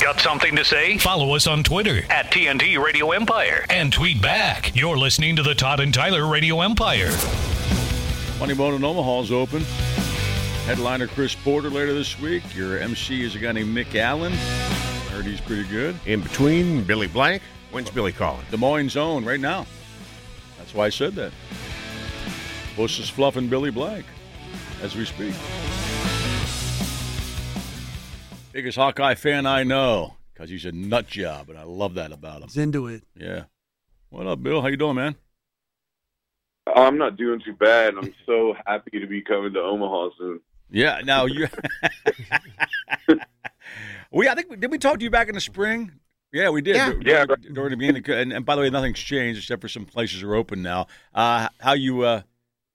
Got something to say? Follow us on Twitter At TNT Radio Empire. and tweet back. You're listening to the Todd and Tyler Radio Empire. Funny Bone in Omaha is open. Headliner Chris Porter later this week. Your MC is a guy named Mick Allen. Heard he's pretty good. In between, Billy Blank. When's Billy calling? Des Moines' own right now. That's why I said that. Bush is fluffing Billy Blank as we speak. Biggest Hawkeye fan I know because he's a nut job, and I love that about him. He's into it. Yeah. What up, Bill? How you doing, man? I'm not doing too bad. I'm so happy to be coming to Omaha soon. Yeah. Now you. we I think did we talk to you back in the spring? Yeah, we did. Yeah. Dur- Yeah. During, during the beginning, and, and by the way, nothing's changed except for some places are open now. Uh, how you uh,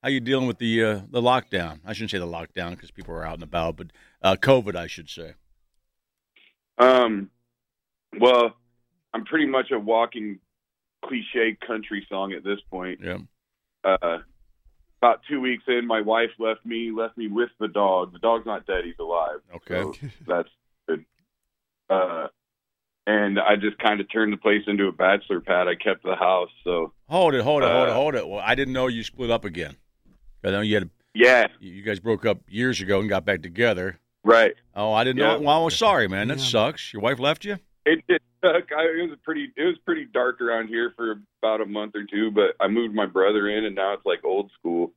how you dealing with the uh, the lockdown? I shouldn't say the lockdown because people are out and about, but uh, COVID, I should say. Um, well, I'm pretty much a walking cliche country song at this point. Yeah. Uh, about two weeks in, my wife left me, left me with the dog. The dog's not dead; he's alive. Okay. So that's good. Uh, and I just kind of turned the place into a bachelor pad. I kept the house, so Hold it, hold it, hold it, Uh, hold it. Well, I didn't know you split up again. I know you had yeah, you guys broke up years ago and got back together. right. Oh, I didn't Yeah. know. Well, I'm sorry, man. That Yeah. sucks. Your wife left you. It did suck. I, it was pretty. It was pretty dark around here for about a month or two. But I moved my brother in, and now it's like old school.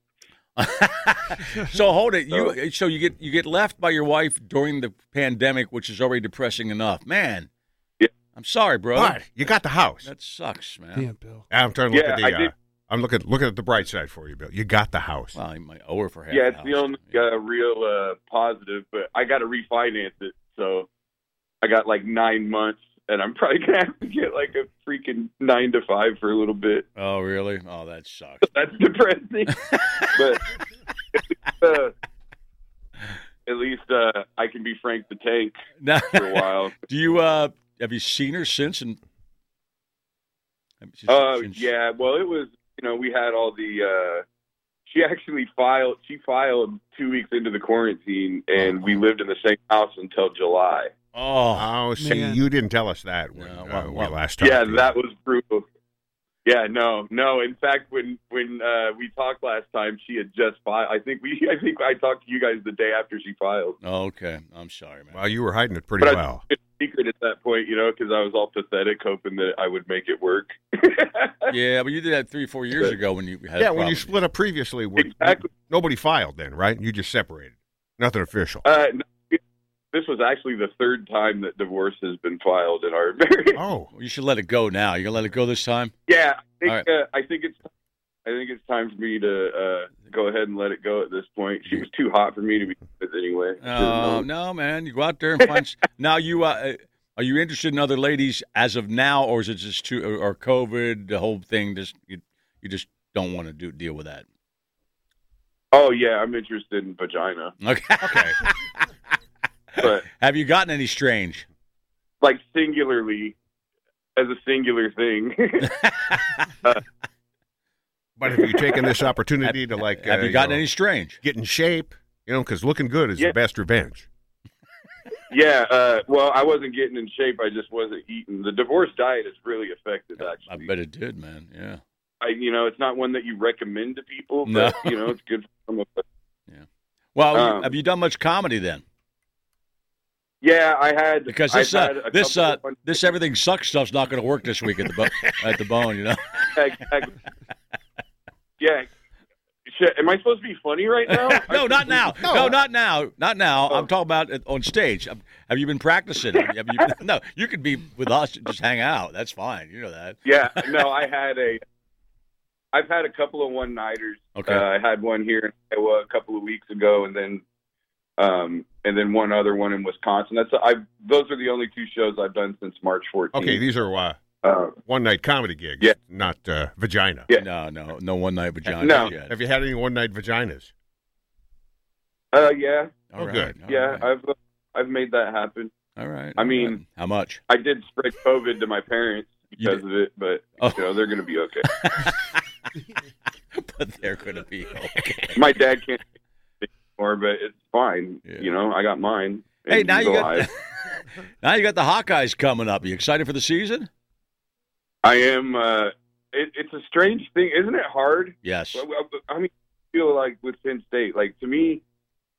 so hold it. You so you get you get left by your wife during the pandemic, which is already depressing enough. Man, Yeah. I'm sorry, brother. But you got the house. That sucks, man. Damn, Bill. I'm trying to look Yeah, at the. I uh, did- I'm looking looking at the bright side for you, Bill. You got the house. Well, you might owe her for half. yeah, it's the house. only uh, real uh, positive. But I got to refinance it, so I got like nine months, and I'm probably gonna have to get like a freaking nine to five for a little bit. Oh, really? Oh, that sucks. That's depressing. but uh, at least uh, I can be Frank the Tank Now, for a while. do you uh have you seen her since? And since- Oh since- yeah, well it was you know we had all the uh she actually filed she filed two weeks into the quarantine and we lived in the same house until July. Oh, Oh, see, Man. you didn't tell us that when, No, uh, well, we well, last time. Yeah, that was brutal. Yeah, no, no. In fact, when when uh, we talked last time, she had just filed. I think we I think I talked to you guys the day after she filed. okay. I'm sorry, man. Well, you were hiding it pretty But I- well. It's a secret at that point, you know, because I was all pathetic, hoping that I would make it work. yeah, but you did that three, four years ago when you had. a yeah, when you problem. split up previously, when- Exactly. nobody filed then, right? You just separated. Nothing official. Uh, no, this was actually the third time that divorce has been filed in our marriage. oh, Well, you should let it go now. You gonna let it go this time? yeah, I All think, right. uh, I think it's I think it's time for me to uh, go ahead and let it go at this point. She was too hot for me to be with anyway. Oh no, man! You go out there and find. s- now you uh, are you interested in other ladies as of now, or is it just too or, or COVID? The whole thing just you you just don't want to do deal with that. Oh yeah, I'm interested in vagina, Okay. okay. but Have you gotten any strange? like singularly as a singular thing. but have you taken this opportunity to like? Have uh, you gotten know, any strange? Get in shape, you know, because looking good is Yeah. the best revenge. yeah, uh, well, I wasn't getting in shape. I just wasn't eating. The divorce diet is really effective, I actually. bet it did, man. Yeah. I, you know, it's not one that you recommend to people, No. but you know, it's good. For some of us. Well, you- Um, have you done much comedy then? Yeah, I had Because I've this uh, had a this couple uh, of fun- this everything sucks stuff's not going to work this week at the bo- at the bone. You know. Yeah, exactly. yeah. Shit, am I supposed to be funny right now? no, not now. No, No. not now. Not now. I'm Oh. talking about it on stage. Um, Have you been practicing? Have you, no, you could be with us and just hang out. That's fine. You know that. yeah, no, I had a. I've had a couple of one nighters. Okay. Uh, I had one here in Iowa a couple of weeks ago, and then, um, and then one other one in Wisconsin. That's I. Those are the only two shows I've done since March 14th. Okay, these are uh, Uh, one night comedy gigs, Mm-hmm. Yeah. not uh, vagina. Yeah. No, no, no one night vagina. No. Yet. Have you had any one night vaginas? uh, yeah, All Oh, right, good. all yeah. right, I've uh, I've made that happen. all right. I all mean- right. how much? I did spread COVID to my parents You because of it, but Oh. you know they're gonna be okay. But they're going to be okay. my dad can't anymore, but it's fine. Yeah. You know, I got mine. and hey, now he's you alive. got. Now you got the Hawkeyes coming up. you excited for the season? I am. Uh, it, it's a strange thing, isn't it? Hard. Yes. Well, well, I mean, I feel like with Penn State, like to me,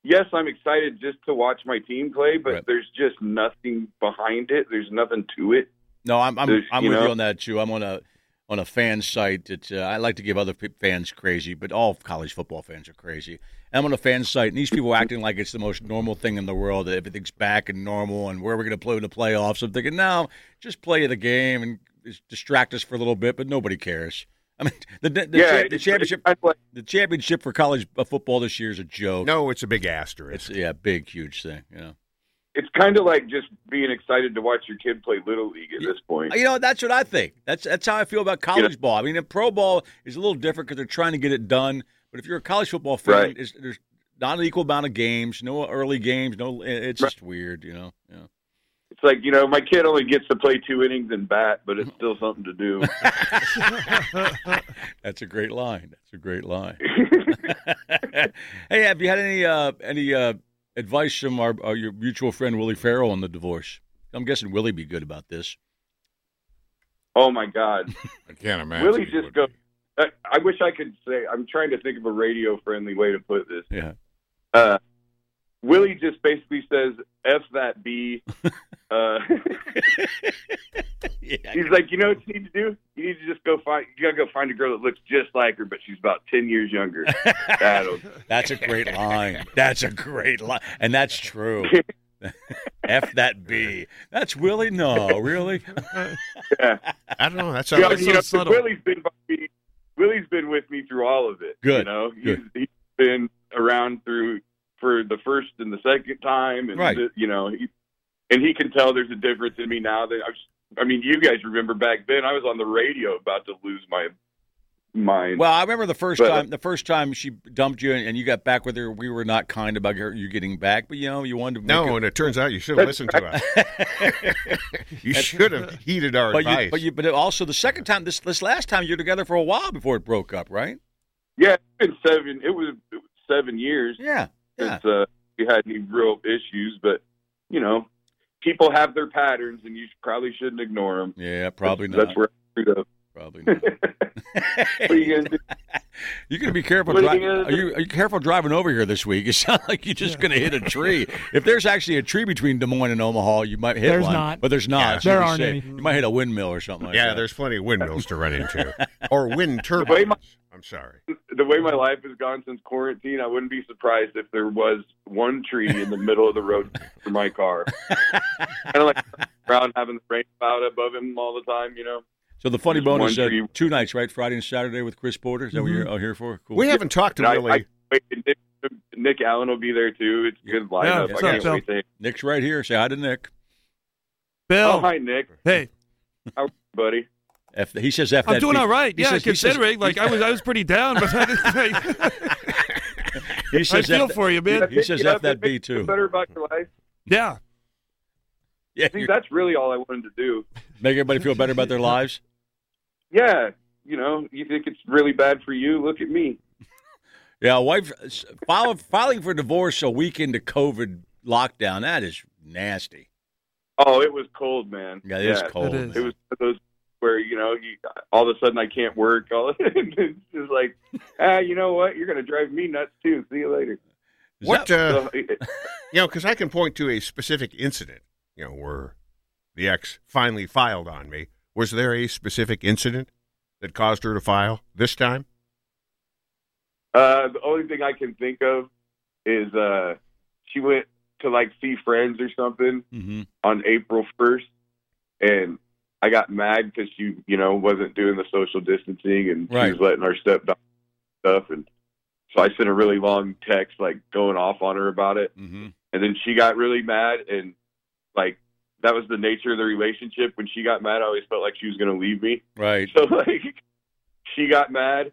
yes, I'm excited just to watch my team play, but Right. there's just nothing behind it. There's nothing to it. No, I'm I'm, There's- I'm you with know? you on that too. I'm on a on a fan site that uh, I like to give other pe- fans crazy, but all college football fans are crazy. And I'm on a fan site, and these people are acting like it's the most normal thing in the world. That everything's back and normal, and where we're going to play in the playoffs. I'm thinking, no, just play the game and just distract us for a little bit, but nobody cares. I mean, the, the, the, cha- the it's- championship, it's like- the championship for college uh, football this year is a joke. No, it's a big asterisk. It's yeah, big, huge thing. You know. it's kind of like just being excited to watch your kid play little league at this point. Uh, You know, that's what I think. That's that's how I feel about college ball. I mean, in pro ball is a little different because they're trying to get it done. But if you're a college football fan, Right. it's, there's not an equal amount of games, no early games, no. It's just weird, you know. Yeah. It's like you know, my kid only gets to play two innings and bat, but it's still something to do. That's a great line. That's a great line. hey, have you had any uh, any uh, advice from our, our your mutual friend Willie Farrell on the divorce? I'm guessing Willie be good about this. oh my god, I can't imagine. Willie it just would go. be. I, I wish I could say. I'm trying to think of a radio friendly way to put this. Yeah. Uh, Willie just basically says, "F that B." Uh, yeah. he's like, you know what you need to do? You need to just go find. You gotta go find a girl that looks just like her, but she's about ten years younger. That'll. That's a great line. That's a great line, and that's true. F that B. That's Willie. No, really. I don't know. That's Yeah, how you know, 'cause Willie's been by me. Willie's been with me through all of it. You Good, know, he's, good. he's been around through for the first and the second time, and Right. the, you know, he, and he can tell there's a difference in me now. That I've, I mean, you guys remember back then, I was on the radio about to lose my mind. Well, I remember the first But- time. The first time she dumped you, and, and you got back with her. We were not kind about her, you getting back, but you know, you wanted to. make No, it- and it turns out you should have listened to us. you should have heeded our but advice. you, but you, but also the second time. This this last time you were together for a while before it broke up, right? yeah, it's been seven. It was, it was seven years Yeah. Yeah. since uh, we had any real issues, but you know, people have their patterns, and you probably shouldn't ignore them. Yeah. Probably not. That's- That's where I screwed up. Probably not. What are you gonna do? You're gonna be careful. What are Dri- you gonna are you are you careful driving over here this week? You sound like you're just gonna hit a tree. If there's actually a tree between Des Moines and Omaha, you might hit There's one. not. But there's not. Yeah. so you're There aren't safe. any. You might hit a windmill or something like yeah, that. there's plenty of windmills to run into, or wind way my- turbines. I'm sorry. the way my life has gone since quarantine, I wouldn't be surprised if there was one tree in the middle of the road for my car. kind of like Brown having the rain cloud above him all the time, you know. So the funny There's bone one is uh, tree. two nights, right? Friday and Saturday with Chris Porter. Is that Mm-hmm. what you're out here for? Cool. We haven't talked to And I- Willie. I- Wait, and Nick, Nick Allen will be there too. It's a good lineup. Yeah, I what's can't up, Phil? wait to- Nick's right here. Say hi to Nick. Bill, Oh, hi Nick, hey, how are you, buddy? F- he says F I'm that doing beat. all right. He yeah, says- he says- considering like I was, I was pretty down, but I, didn't, he I says feel F that- for you, man. He says Yeah, F that B makes you too. Better about your life. Yeah, Yeah, See, you- that's really all I wanted to do. make everybody feel better about their lives. Yeah, you know, you think it's really bad for you? Look at me. Yeah, wife s- file, filing for divorce a week into COVID lockdown. That is nasty. Oh, it was cold, man. Yeah, it's cold. is. man. It was one of those where you know you all of a sudden I can't work. All it's just like ah, you know what? You're gonna drive me nuts too. See you later. Is what that- uh, So, it- you know? Because I can point to a specific incident. You know, where the ex finally filed on me. Was there a specific incident that caused her to file this time? uh, the only thing I can think of is uh, she went to like see friends or something Mhm. on April first, and I got mad because she you know wasn't doing the social distancing and she Right. was letting her step down stuff and. So I sent a really long text, like going off on her about it. Mhm. and then she got really mad and like that was the nature of the relationship when she got mad i always felt like she was going to leave me Right. so like she got mad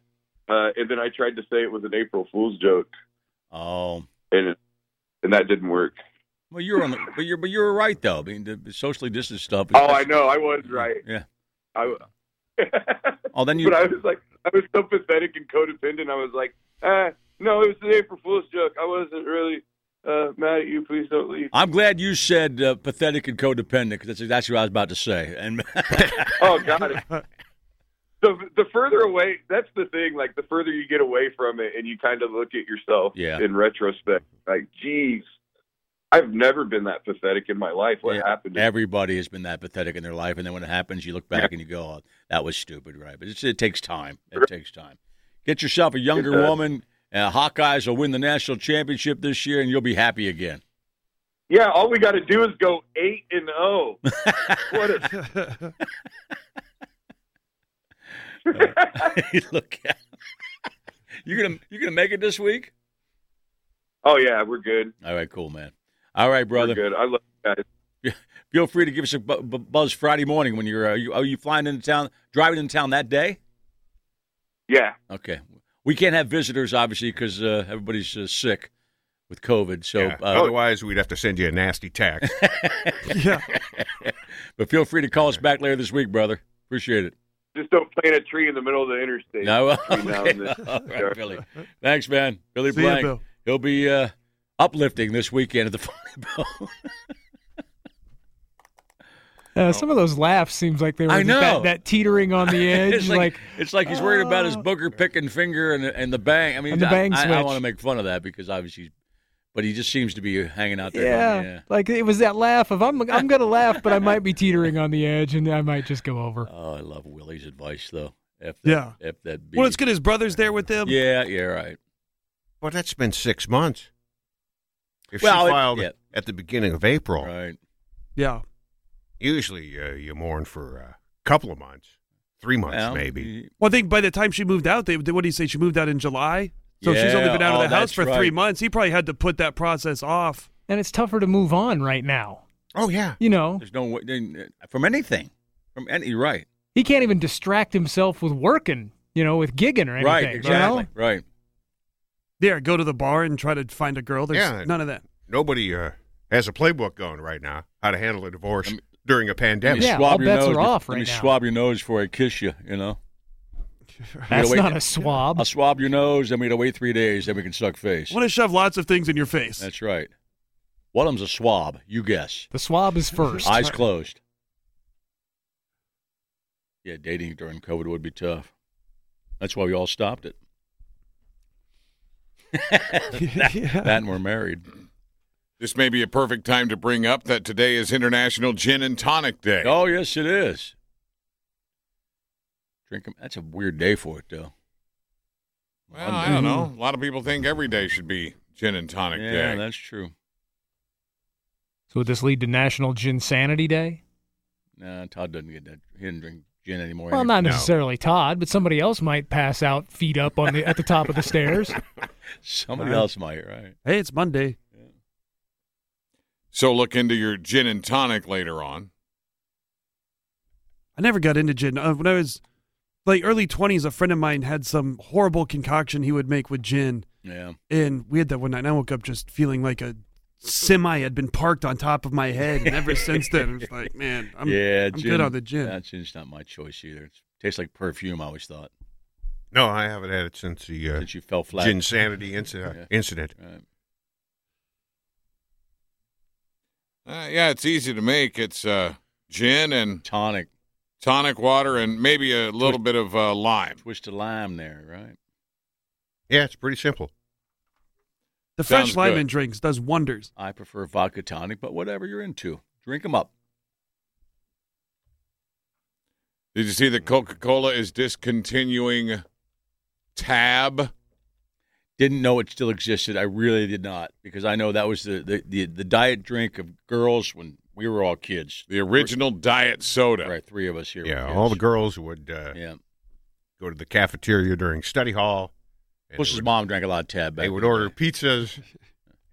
uh, and then i tried to say it was an april fool's joke Oh. and and that didn't work Well, you're on the, but you're but you're right though. I mean, the, the socially distanced stuff. is- oh i know i was right Yeah. i but Oh, then you. i was like i was so pathetic and codependent i was like ah, no it was an april fool's joke i wasn't really uh, mad at you. Please don't leave. I'm glad you said uh, pathetic and codependent because that's exactly what I was about to say. And Oh God. The, the further away, that's the thing. Like the further you get away from it, and you kind of look at yourself Yeah. in retrospect, like, geez, I've never been that pathetic in my life. What Yeah, happened? To everybody has been that pathetic in their life, and then when it happens, you look back and you go, oh, "That was stupid," right? But it's, it takes time. It takes time. Get yourself a younger does. woman. Uh, Hawkeyes will win the national championship this year, and you'll be happy again. Yeah, all we got to do is go eight and zero. what a look, at- you're gonna you're gonna make it this week. Oh yeah, we're good. All right, cool, man. All right, We're brother. good. I love you guys. Feel free to give us a bu- bu- buzz Friday morning when you're. Uh, you, are you flying into town? Driving into town that day? Yeah, Okay. We can't have visitors, obviously, because uh, everybody's uh, sick with COVID. So, Yeah. uh, Otherwise, we'd have to send you a nasty tax. yeah. but feel free to call us back later this week, brother. Appreciate it. just don't plant a tree in the middle of the interstate. No, Between now and okay. then. All right, Billy. Thanks, man. Billy See ya, Blank. Bill. He'll be uh, uplifting this weekend at the Funny Bone. Uh, some of those laughs seems like they were Oh. I just know. That, that teetering on the edge, it's like, like, "Oh." it's like he's worried about his booger picking finger and and the bang. I mean, And the bang I, I- I, switch. want to make fun of that because obviously, but he just seems to be hanging out there. yeah, yeah. like it was that laugh of I'm I'm gonna laugh, but I might be teetering on the edge, and I might just go over. Oh, I love Willie's advice though. If that, Yeah. if that be, Well, it's good his brother's there with them. Yeah, yeah, right. well, that's been six months. If Well, it- she filed yeah. at the beginning of April, Oh, Right. Yeah. usually uh, you mourn for a couple of months, three months Well, maybe. y- Well, I think by the time she moved out, they, what do you say? She moved out in July? So she's only Yeah, been out oh, of the house that's for three right. months. He probably had to put that process off. And it's tougher to move on right now. Oh, yeah. You know, There's no way then, uh, from anything. From any you're right. he can't even distract himself with working. You know, with gigging or anything. Right, you exactly. know? Right. There, go to the bar and try to find a girl. There's Yeah. none of that. Nobody uh, has a playbook going right now how to handle a divorce during a Let pandemic. me Yeah, swab all your bets nose are be- off Let me right now. swab your nose before I kiss you, you know. That's wait- not a swab. I'll swab your nose, then we gotta wait three days, then we can suck face. Want to shove lots of things in your face. That's right. One of them's a swab, you guess. The swab is first. Eyes closed. Yeah, dating during COVID would be tough. That's why we all stopped it. yeah. That and we're married. This may be a perfect time to bring up that today is International Gin and Tonic Day. Oh yes, it is. Drink 'em- That's a weird day for it, though. Well, I don't know. A lot of people think every day should be Gin and Tonic Yeah, Day. that's true. So would this lead to National Gin Sanity Day? No, Todd doesn't get that. He didn't drink gin anymore. Well, not necessarily Todd, but somebody else might pass out feet up on the at the top of the stairs. Somebody else might, right? Hey, it's Monday. So look into your gin and tonic later on. I never got into gin. Uh, when I was like early 20s, a friend of mine had some horrible concoction he would make with gin. Yeah. And we had that one night, and I woke up just feeling like a semi had been parked on top of my head. And ever since then, it was like, man, I'm, yeah. I'm good on the gin. That gin's not my choice either. It tastes like perfume. I always thought No, I haven't had it since the uh, since you fell flat. gin sanity inci- Yeah. incident. Right. Uh, yeah, it's easy to make. It's uh, gin and Tonic, tonic water and maybe a little bit of uh, lime. twist of lime there, right? Yeah, it's pretty simple. the sounds fresh lime good. in drinks does wonders. I prefer vodka tonic, but whatever you're into, drink 'em up. Did you see that Coca Cola is discontinuing Tab? didn't know it still existed. I really did not because I know that was the the, the, the diet drink of girls when we were all kids. The original diet soda. Right, three of us here. were Yeah, kids. all the girls would uh, Yeah, go to the cafeteria during study hall. and they Bush's would- mom drank a lot of tab. Back They would in the order day. pizzas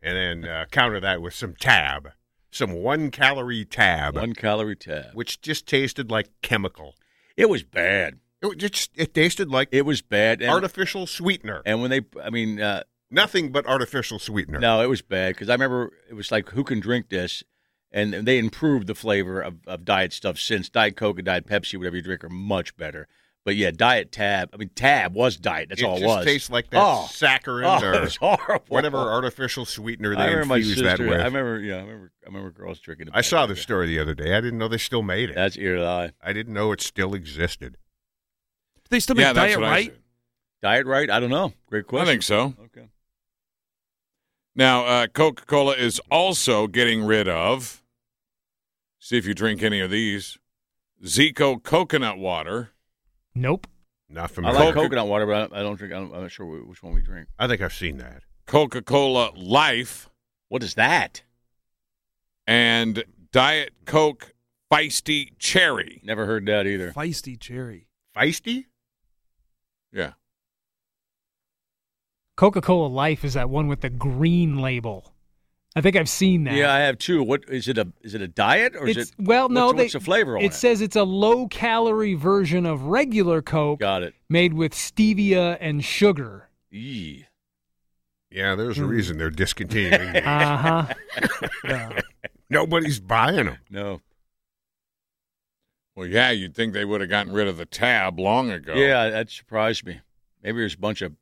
and then uh, counter that with some tab, some one calorie tab, one calorie tab. which just tasted like chemical. It was bad. It was just it tasted like It was bad. And, artificial sweetener. and when they, I mean, uh, Nothing but artificial sweetener. no, it was bad because I remember it was like, who can drink this? And they improved the flavor of, of diet stuff since Diet Coke and Diet Pepsi, whatever you drink, are much better. But yeah, Diet Tab. I mean, Tab was Diet. That's it all just it was. tastes like that Oh. saccharin Oh, or it's horrible. whatever artificial sweetener I they remember my infuse sister. that with. I remember. Yeah, I remember. I remember girls drinking. it I back saw then. this story the other day. I didn't know they still made it. That's ear lie. I didn't know it still existed. They still make yeah, that's diet what right. Diet right? I don't know. Great I, said. I question. think so. Okay. Now, uh, Coca Cola is also getting rid of. See if you drink any of these. Zico coconut water. Nope. Not I familiar. like Coca- coconut water, but I don't, I don't drink. I don't, I'm not sure wh- which one we drink. I think I've seen that. Coca Cola Life What is that? and Diet Coke Feisty Cherry. Never heard that either. Feisty cherry. Feisty? Yeah. Coca Cola Life is that one with the green label. I think I've seen that. Yeah, I have two. What is it? A is it a diet or is It's- it? well, no, what's, they- what's the flavor on it? It says it's a low calorie version of regular Coke Got it. made with stevia and sugar. Yee. Yeah, there's Hmm. a reason they're discontinuing them. Uh huh. Nobody's buying them. No. Well, yeah, you'd think they would have gotten rid of the tab long ago. Yeah, that surprised me. Maybe there's a bunch of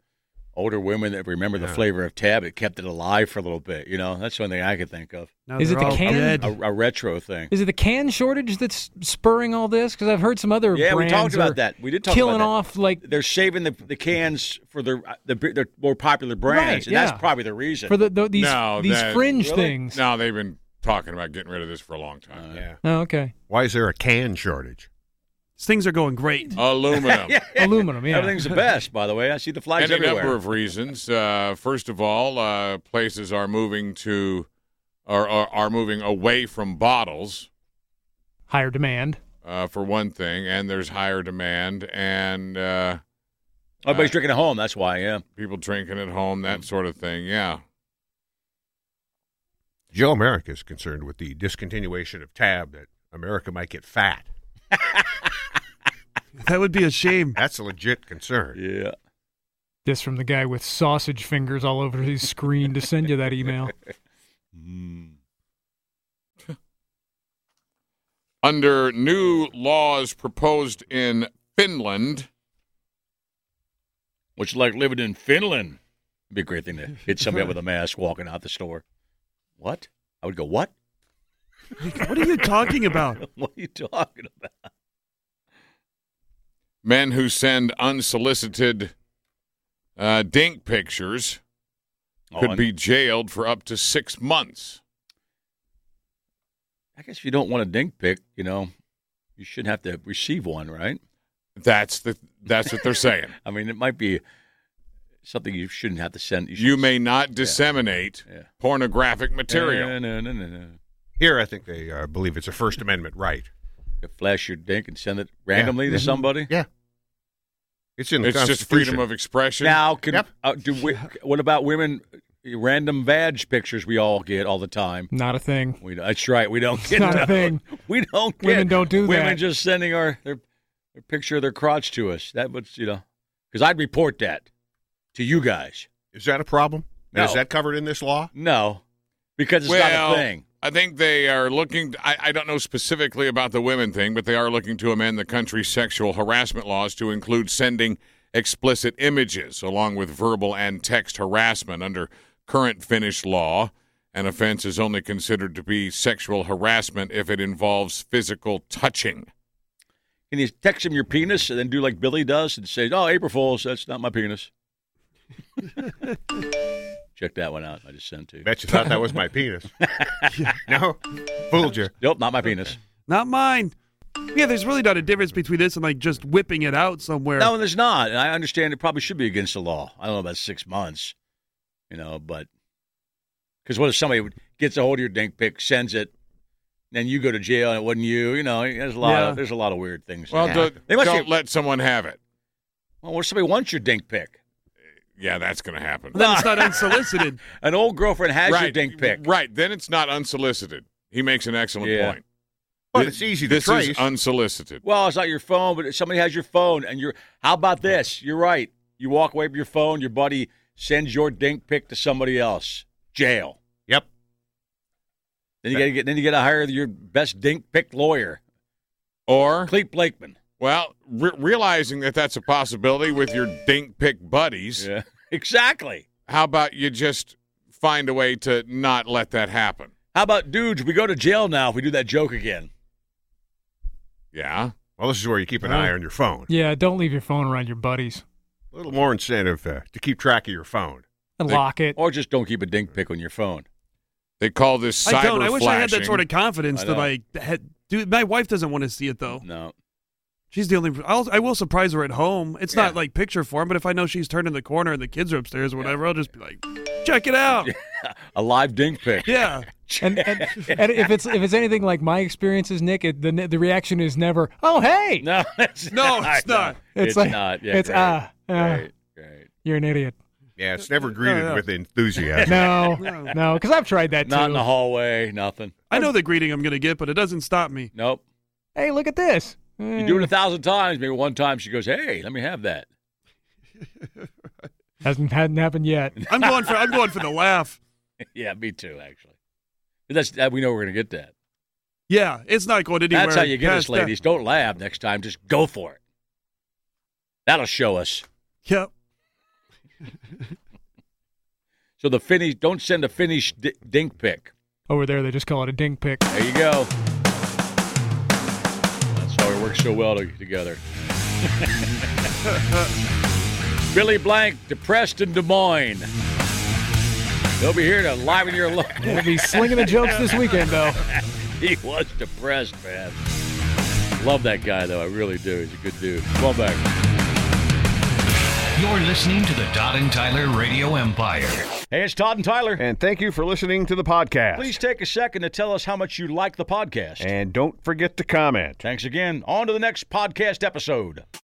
older women that remember the flavor of tab. It kept it alive for a little bit. You know, that's one thing I could think of. Now Is it they're the all can? dead. A, a retro thing. Is it the can shortage that's spurring all this? Because I've heard some other Yeah, we brands talked are about that. We did talk killing about that. off like They're saving the the cans for their the, their more popular brands, Right, and yeah. that's probably the reason. for the, the these No, these that- fringe Really? things. No, they've been talking about getting rid of this for a long Uh, time. Yeah. Oh, okay. Why is there a can shortage? These things are going great. Oh. Aluminum. Aluminum. Yeah. Everything's the best, by the way. I see the flags Any everywhere. number of reasons. Uh, first of all, uh, places are moving to or are, are moving away from bottles Higher demand. uh, for one thing, and there's higher demand and uh, Everybody's drinking at home. That's why. Yeah. people drinking at home, that sort of thing. Yeah, Joe America is concerned with the discontinuation of Tab that America might get fat. That would be a shame. That's a legit concern. Yeah. This from the guy with sausage fingers all over his screen to send you that email. Mm. under new laws proposed in Finland. Which like living in Finland. It'd be a great thing to hit somebody up with a mask walking out the store. What? I would go, What? What are you talking about? What are you talking about? men who send unsolicited uh, dink pictures could Oh, I- be jailed for up to six months. I guess if you don't want a dink pic, you know, you shouldn't have to receive one, right? That's the that's what they're saying. I mean, it might be something you shouldn't have to send. you should- may not disseminate Yeah. pornographic material. No, no, no, no, no. Here, I think they uh, believe it's a First Amendment right. You flash your dink and send it randomly Mm-hmm. Yeah. to somebody. Yeah. It's in the it's just Constitution. freedom of expression. Now, can Yep. uh, do we, what about women? Random vag pictures we all get all the time. Not a thing. We that's right. We don't get not a those. thing. We don't get Women don't do women that. just sending our their, their picture of their crotch to us. That was you know because I'd report that to you guys. Is that a problem? And Is No. that covered in this law? No, because it's well, not a thing. I think they are looking. I, I don't know specifically about the women thing, but they are looking to amend the country's sexual harassment laws to include sending explicit images, along with verbal and text harassment. Under current Finnish law, an offense is only considered to be sexual harassment if it involves physical touching. Can you text him your penis and then do like Billy does and say, "Oh, April Fools, that's not my penis." Check that one out. I just sent to you. Bet you thought that was my penis. no, fooled you. Nope, not my penis. Not mine. Yeah, there's really not a difference between this and like just whipping it out somewhere. No, there's not. And I understand it probably should be against the law. I don't know about six months, you know, but because what if somebody gets a hold of your dink pic, sends it, then you go to jail and it wasn't you? You know, there's a lot. Yeah. Of, there's a lot of weird things. that Well, happen. do, they must not be- let someone have it. well, what if somebody wants your dink pic? Yeah, that's going to happen. Then it's not unsolicited. An old girlfriend has your right, dink pic. right? Then it's not unsolicited. He makes an excellent Yeah. point. But Thi- it's easy to this trace. is unsolicited. Well, it's not your phone, but somebody has your phone, and you're. How about this? You're right. You walk away from your phone. Your buddy sends your dink pic to somebody else. Jail. yep. Then you got to get. Then you got to hire your best dink pic lawyer, Or Cleet Blakeman. Well, re- realizing that that's a possibility with your dink pick buddies, Yeah, exactly. how about you just find a way to not let that happen? How about dudes? We go to jail now if we do that joke again. Yeah. Well, this is where you keep an eye on your phone. Yeah, don't leave your phone around your buddies. A little more incentive uh, to keep track of your phone. And They- lock it. Or just don't keep a dink pic on your phone. They call this cyber I don't. I wish I had flashing. that sort of confidence I to know. like. Had, dude, my wife doesn't want to see it though. No. She's the only. I'll, I will surprise her at home. It's not Yeah. like picture form, but if I know she's turning the corner and the kids are upstairs or whatever, I'll just be like, check it out. A live dink pic. yeah. And, and, and if it's if it's anything like my experiences, Nick, it, the the reaction is never, "Oh, hey." No, it's No, not. it's not. It's It's, like- not. Yeah, it's right, ah, ah, right, right. you're an idiot. Yeah, it's never greeted Uh, no. with enthusiasm. No, No. no, because I've tried that Not too. in the hallway. Nothing. I know the greeting I'm gonna get, but it doesn't stop me. Nope. hey, look at this. You do it a thousand times. Maybe one time she goes, "Hey, let me have that." Hasn't hadn't happened yet. I'm going for. I'm going for the laugh. yeah, me too. Actually, that's that, we know we're gonna get that. Yeah, it's not going anywhere. That's how you get us, past that. ladies. Don't laugh next time. Just go for it. That'll show us. Yep. So the finish. Don't send a finished d- dink pic. Over there, they just call it a ding pick. There you go. That's why we work so well to- together. Billy Blank, depressed in Des Moines. He'll be here to liven your look. They'll be slinging the jokes this weekend, though. he was depressed, man. Love that guy, though. I really do. He's a good dude. Come on back. You're listening to the Todd and Tyler Radio Empire. Hey, it's Todd and Tyler. And thank you for listening to the podcast. Please take a second to tell us how much you like the podcast. And don't forget to comment. Thanks again. On to the next podcast episode.